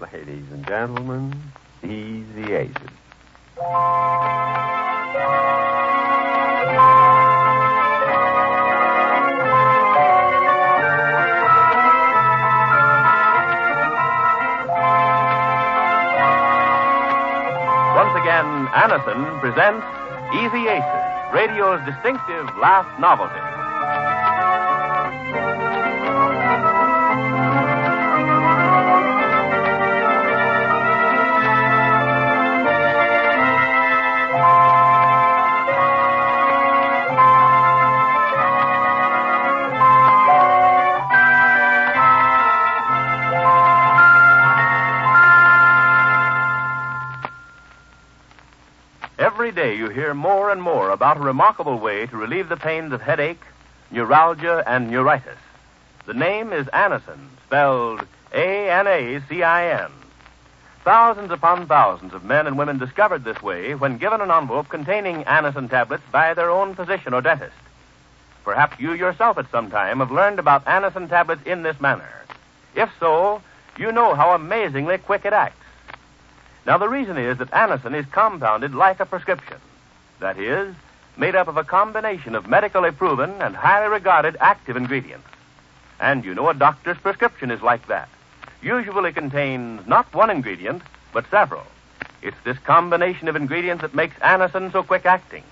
Ladies and gentlemen, easy aces. Once again, Anison presents Easy Aces, radio's distinctive laugh novelty. Every day you hear more and more about a remarkable way to relieve the pains of headache, neuralgia, and neuritis. The name is Anacin, spelled A N A C I N. Thousands upon thousands of men and women discovered this way when given an envelope containing Anacin tablets by their own physician or dentist. Perhaps you yourself at some time have learned about Anacin tablets in this manner. If so, you know how amazingly quick it acts. Now, the reason is that Anacin is compounded like a prescription. That is, made up of a combination of medically proven and highly regarded active ingredients. And you know a doctor's prescription is like that. Usually contains not one ingredient, but several. It's this combination of ingredients that makes Anacin so quick acting.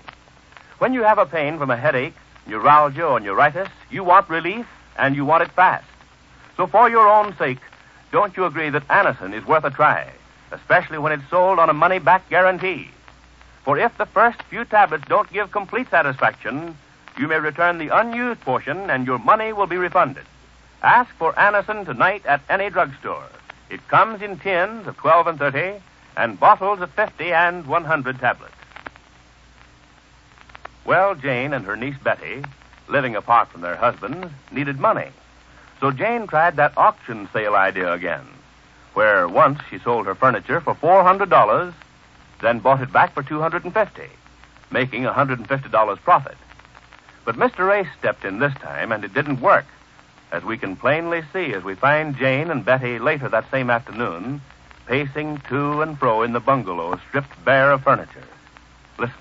When you have a pain from a headache, neuralgia, or neuritis, you want relief and you want it fast. So, for your own sake, don't you agree that Anacin is worth a try? especially when it's sold on a money back guarantee. For if the first few tablets don't give complete satisfaction, you may return the unused portion and your money will be refunded. Ask for Anacin tonight at any drugstore. It comes in tins of 12 and 30 and bottles of 50 and 100 tablets. Well, Jane and her niece Betty, living apart from their husbands, needed money. So Jane tried that auction sale idea again where once she sold her furniture for $400, then bought it back for 250 making $150 profit. But Mr. Race stepped in this time, and it didn't work, as we can plainly see as we find Jane and Betty later that same afternoon pacing to and fro in the bungalow stripped bare of furniture. Listen.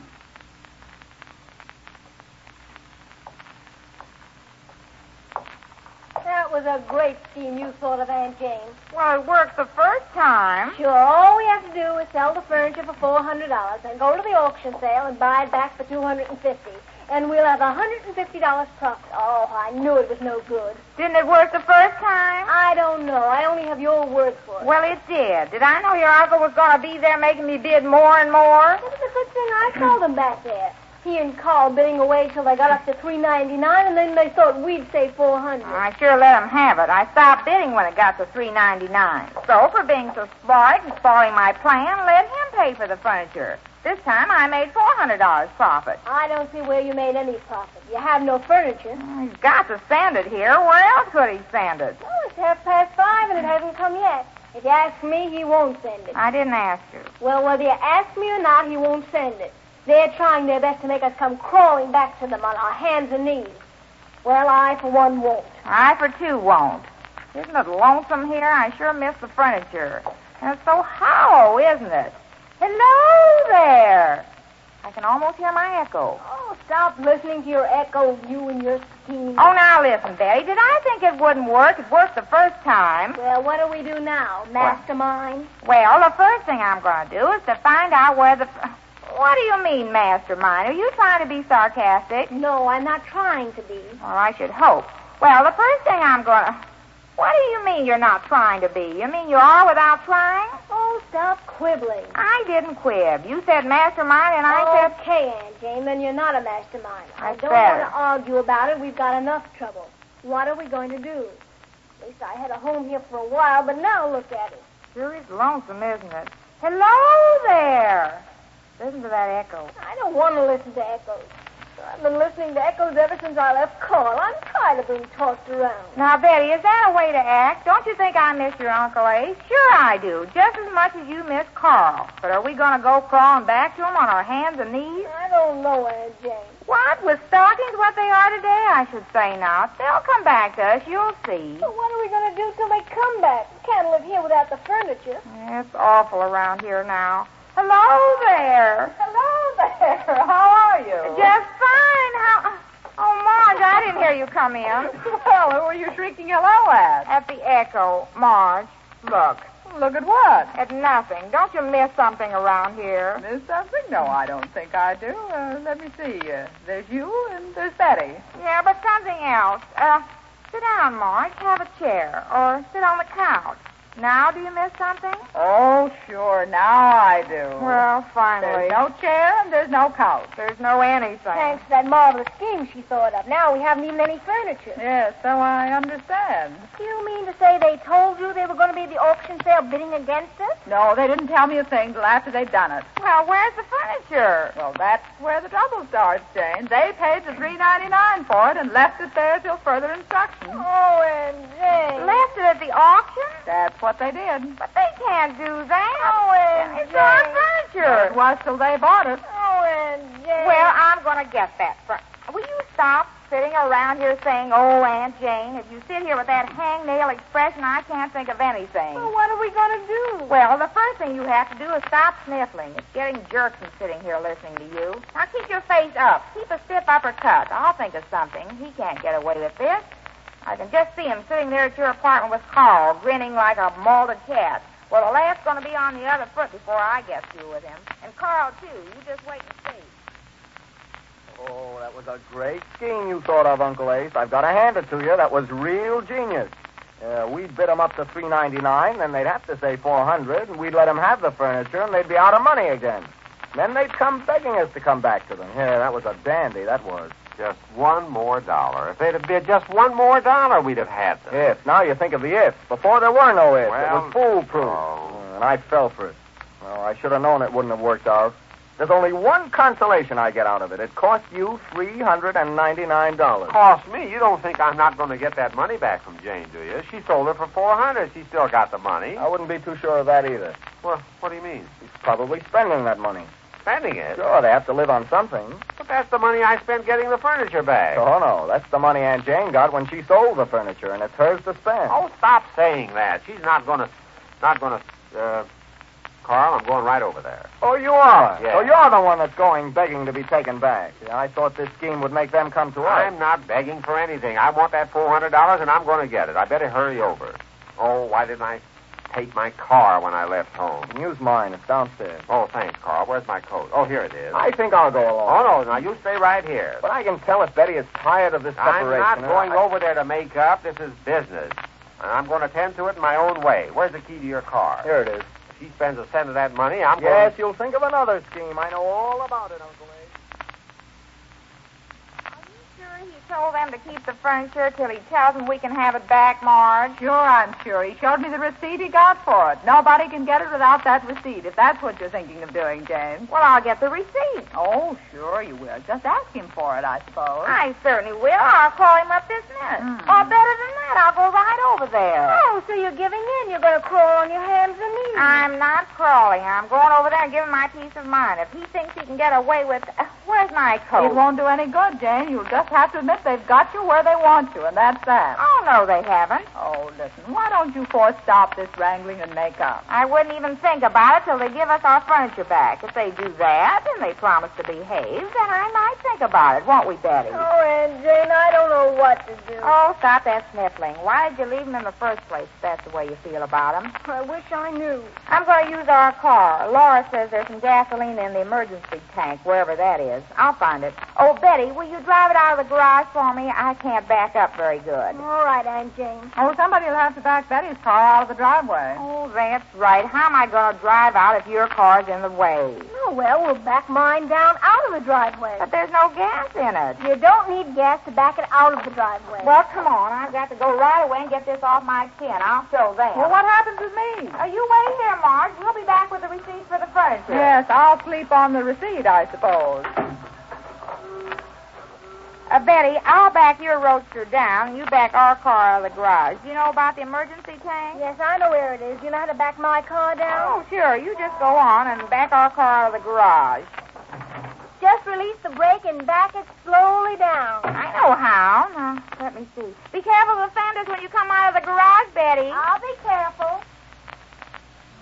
That was a great scheme you thought of, Aunt Jane. Well, it worked the first time. Sure, all we have to do is sell the furniture for four hundred dollars, and go to the auction sale and buy it back for two hundred and fifty, and we'll have a hundred and fifty dollars profit. Oh, I knew it was no good. Didn't it work the first time? I don't know. I only have your word for it. Well, it did. Did I know your uncle was going to be there making me bid more and more? It was a good thing I saw them back there. He and Carl bidding away till they got up to three ninety nine, and then they thought we'd say four hundred. I sure let him have it. I stopped bidding when it got to three ninety nine. So for being so spoiled and spoiling my plan, let him pay for the furniture. This time I made four hundred dollars profit. I don't see where you made any profit. You have no furniture. He's got to sand it here. Where else could he sand it? Well, Oh, it's half past five, and it hasn't come yet. If you ask me, he won't send it. I didn't ask you. Well, whether you ask me or not, he won't send it. They're trying their best to make us come crawling back to them on our hands and knees. Well, I, for one, won't. I for two won't. Isn't it lonesome here? I sure miss the furniture. And it's so hollow, isn't it? Hello there. I can almost hear my echo. Oh, stop listening to your echo, you and your scheme. Oh, now listen, Betty. Did I think it wouldn't work? It worked the first time. Well, what do we do now, mastermind? Well, the first thing I'm going to do is to find out where the. What do you mean, mastermind? Are you trying to be sarcastic? No, I'm not trying to be. Well, I should hope. Well, the first thing I'm going to. What do you mean you're not trying to be? You mean you are without trying? Oh, stop quibbling. I didn't quib. You said mastermind, and Oh. I said. okay, Aunt Jane, then you're not a mastermind. I Oh. That's don't better. want to argue about it. We've got enough trouble. What are we going to do? At least I had a home here for a while, but now look at it. Sure is lonesome, isn't it? Hello there. Listen to that echo. I don't want to listen to echoes. I've been listening to echoes ever since I left Carl. I'm tired of being tossed around. Now, Betty, is that a way to act? Don't you think I miss your Uncle Ace? Sure I do, just as much as you miss Carl. But are we going to go crawling back to him on our hands and knees? I don't know, Aunt Jane. What? With stockings what they are today, I should say not. They'll come back to us, you'll see. But what are we going to do till they come back? We can't live here without about the furniture. It's awful around here now. Hello there. Hello there. How are you? Just fine. How? Oh, Marge, I didn't hear you come in. Well, who are you shrieking hello at? At the Echo, Marge, Look. Look at what? at nothing. Don't you miss something around here? Miss something? No, I don't think I do. Uh, let me see. Uh, there's you and there's Betty. Yeah, but something else. Uh, sit down, Marge. Have a chair or sit on the couch. Now, do you miss something? Oh, sure. Now I do. Well, finally. there's no chair and there's no couch. There's no anything. Thanks to that marvelous scheme she thought of. Now we haven't even any furniture. Yes, so I understand. Do you mean to say they told you they were going to be at the auction sale bidding against us? No, they didn't tell me a thing till after they'd done it. Well, where's the furniture? Well, that's where the trouble starts, Jane. They paid the three ninety nine for it and left it there till further instructions. Oh, OMG. Left it at the auction? That's what they did. But they can't do that. Oh, OMG. It's our Sure, it furniture. was till they bought it. Oh, OMG. Well, I'm going to get that. fur- Will you stop sitting around here saying, oh, Aunt Jane? If you sit here with that hangnail expression, I can't think of anything. Well, what are we going to do? Well, the first thing you have to do is stop sniffling. It's getting jerks and sitting here listening to you. Now keep your face up. Keep a stiff upper cut. I'll think of something. He can't get away with this. I can just see him sitting there at your apartment with Carl, grinning like a malted cat. Well, the laugh's going to be on the other foot before I get through with him. And Carl, too. You just wait and see. Oh, that was a great scheme you thought of, Uncle Ace. I've got to hand it to you. That was real genius. Uh, we'd bid 'em up to three ninety nine, then they'd have to say four hundred, and we'd let 'em have the furniture, and they'd be out of money again. Then they'd come begging us to come back to them. Yeah, that was a dandy. That was. Just one more dollar. If they'd have bid just one more dollar, we'd have had them. If now you think of the if. Before there were no ifs. Well, it was foolproof. oh. And I fell for it. Well, I should have known it wouldn't have worked out. There's only one consolation I get out of it. It cost you three hundred and ninety nine dollars. Cost me. You don't think I'm not going to get that money back from Jane, do you? She sold it for four hundred. She still got the money. I wouldn't be too sure of that either. Well, what do you mean? He's probably spending that money. Spending it? Sure, they have to live on something. But that's the money I spent getting the furniture back. Oh no, that's the money Aunt Jane got when she sold the furniture, and it's hers to spend. Oh, stop saying that. She's not going to, not going to. Uh, Carl, I'm going right over there. Oh, you are. Yeah. So you're the one that's going begging to be taken back. I thought this scheme would make them come to us. I'm not begging for anything. I want that four hundred dollars, and I'm going to get it. I better hurry over. Oh, why didn't I take my car when I left home? Use mine. It's downstairs. Oh, thanks, Carl. Where's my coat? Oh, here it is. I think I'll go along. Oh no, now you stay right here. But I can tell if Betty is tired of this I'm separation. not and going I- over there to make up. This is business. And I'm going to tend to it in my own way. Where's the key to your car? Here it is. If she spends a cent of that money, I'm Yes, you'll think of another scheme. I know all about it, Uncle Abe. Are you sure he told them to keep the furniture till he tells them we can have it back, Marge? Sure, I'm sure. He showed me the receipt he got for it. Nobody can get it without that receipt, if that's what you're thinking of doing, James. Well, I'll get the receipt. Oh, sure you will. Just ask him for it, I suppose. I certainly will. I'll call him up this minute. Mm. Or better than that, I'll go right over there. Hmm. Oh, so you're giving in. You're going to crawl on your hands and knees. I'm not crawling. I'm going over there and giving my peace of mind. If he thinks he can get away with, uh, where's my coat? It won't do any good, Jane. You'll just have to admit they've got you where they want you, and that's that. Oh no, they haven't. Oh, listen, why don't you four stop this wrangling and make up? I wouldn't even think about it till they give us our furniture back. If they do that and they promise to behave, then I might think about it, won't we, Betty? Oh, Aunt Jane, I don't know what to do. Oh, stop that sniffling. Why did you leave him in the first place if that's the way you feel about him? I wish I knew. I'm going to use our car. Laura says there's some gasoline in the emergency tank, wherever that is. I'll find it. Oh, Betty, will you drive it out of the garage for me? I can't back up very good. All right, Aunt Jane. Oh, somebody will have to back Betty's car out of the driveway. Oh, that's right. How am I going to drive out if your car's in the way? Oh, well, we'll back mine down out of the driveway. But there's no gas in it. You don't need gas to back it out of the driveway. Well, come on. I've got to go right away and get this off my chin. I'll show them. Well, what happens with me? Are you wait here, Marge? We'll be back with the receipt for the furniture. Yes, I'll sleep on the receipt, I suppose. Uh, Betty, I'll back your roadster down, and you back our car out of the garage. You know about the emergency tank? yes, I know where it is. You know how to back my car down? Oh, sure. You just go on and back our car out of the garage. Just release the brake and back it slowly down. I know how. Now, let me see. Be careful of the fenders when you come out of the garage, Betty. I'll be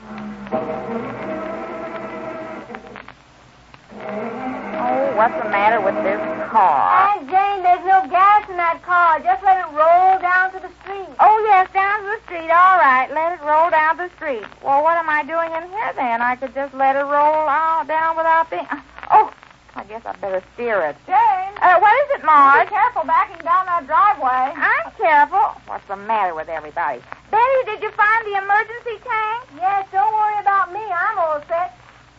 careful. Oh, what's the matter with this car? Aunt Jane, there's no gas in that car. Just let it roll down to the street. Oh, yes, down to the street. All right, let it roll down the street. Well, what am I doing in here then? I could just let it roll out down without being. Oh, I guess I better steer it. Jane, Uh, what is it, be Marge? careful backing down that driveway. I'm careful. What's the matter with everybody? Betty, did you find the emergency tank? Yes, don't worry about me. I'm all set.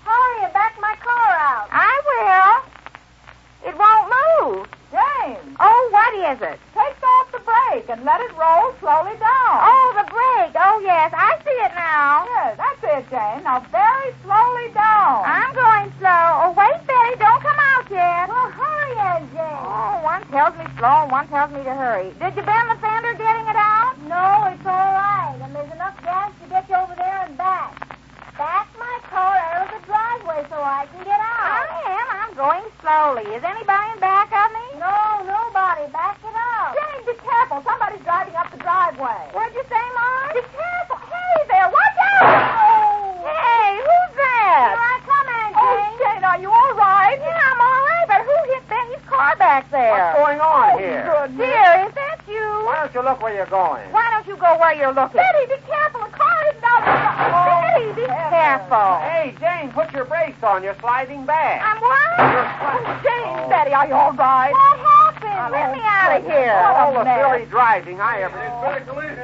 Hurry and back my car out. I will. It won't move. Jane, Oh, what is it? take off the brake and let it roll slowly down. Oh, the brake. Oh, yes, I see it now. Yes, that's it, Jane. Now very slowly Oh. down. I'm going slow. Oh, wait, Betty, don't come out yet. Well, hurry, Aunt Jane. Oh, one tells me slow, and one tells me to hurry. Did you bend the fender getting it out? No, it's all right. And there's enough gas to get you over there and back. Back my car out of the driveway so I can get out. I am. I'm going slowly. Is anybody in back of me? No, nobody. Back it up. Jane, be careful. Somebody's driving up the driveway. What'd you say, Marge? Be careful. Hey there, watch out! Hey, who's Here that? I come, Aunt Oh, Jane. Jane, are you all right? Yeah, I'm all right, but who hit Benny's car back What's there? going on Oh, here? goodness. Dear, is that you? Why don't you look where you're going? Why don't you go where you're looking? Betty, be careful. The car is down the Betty, be careful. Hey, Jane, put your brakes on. You're sliding back. I'm what? Oh, Jane, Betty, are you all right? What happened? Let Oh, me out of here. What All a the mess. silly driving I ever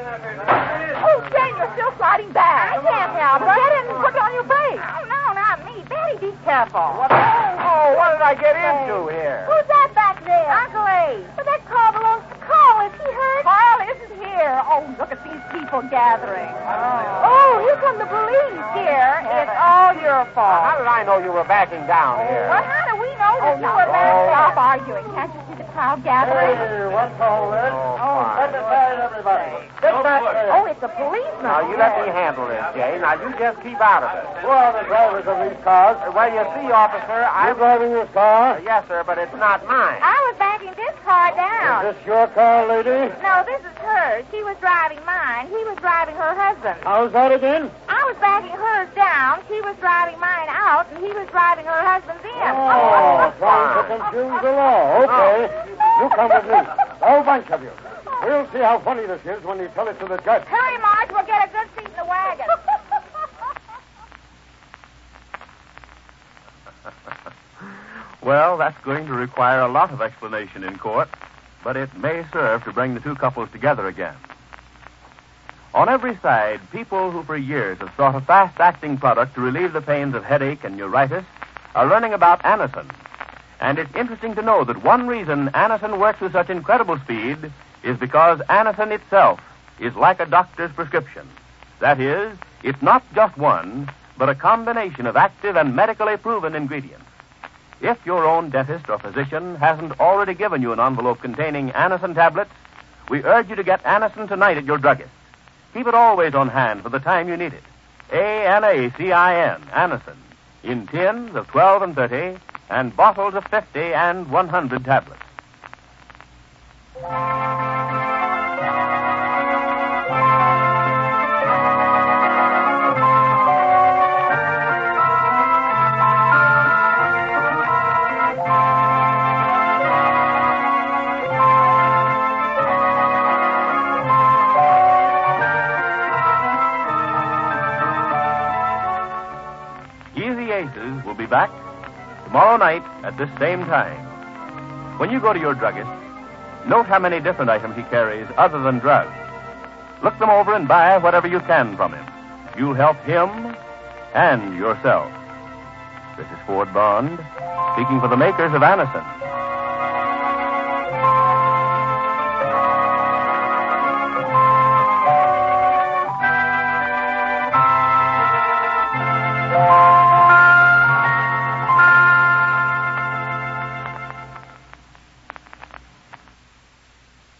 Oh, Jane, you're still sliding back. I can't help it. Get in and put on your brakes. Oh, no, not me. Betty, be careful. What? Oh, what did I get into here? Who's that back there? Uncle Abe. But that car belongs to Carl. Is he hurt? Carl isn't here. Oh, look at these people gathering. Oh, here come the police. Dear, it's all your fault. How did I know you were backing down Oh, here? Well, how do we know that you were back Oh. there? Stop arguing. Can't you see the crowd gathering? Oh. what's all this? Oh, fine. everybody. Get back there. Oh, it's a policeman. Now, you let me handle this, Jane. Now, you just keep out of it. Uh, Who are the drivers of these cars? Well, you see, officer, Are I'm... you Uh, driving this car? Yes, sir, but it's not mine. I was backing this car down. Is this your car, lady? No, this is hers. She was driving mine. He was driving her husband. How's that again? I was backing hers down. She was driving mine out, and he was driving her husband's in. Oh, trying to confuse the law. Okay. Oh. You come with me. A whole bunch of you. We'll see how funny this is when you tell it to the judge. oh, Hurry, Marge. We'll get a good seat in the wagon. Well, that's going to require a lot of explanation in court, but it may serve to bring the two couples together again. On every side, people who for years have sought a fast acting product to relieve the pains of headache and neuritis are learning about Anison. And it's interesting to know that one reason Anison works with such incredible speed is because Anison itself is like a doctor's prescription. That is, it's not just one, but a combination of active and medically proven ingredients. If your own dentist or physician hasn't already given you an envelope containing Anison tablets, we urge you to get Anison tonight at your druggist. Keep it always on hand for the time you need it. A-N-A-C-I-N, Anison, in tins of 12 and 30, and bottles of 50 and 100 tablets. Easy Aces will be back tomorrow night at this same time. When you go to your druggist, note how many different items he carries other than drugs. Look them over and buy whatever you can from him. You help him and yourself. This is Ford Bond, speaking for the makers of Anison.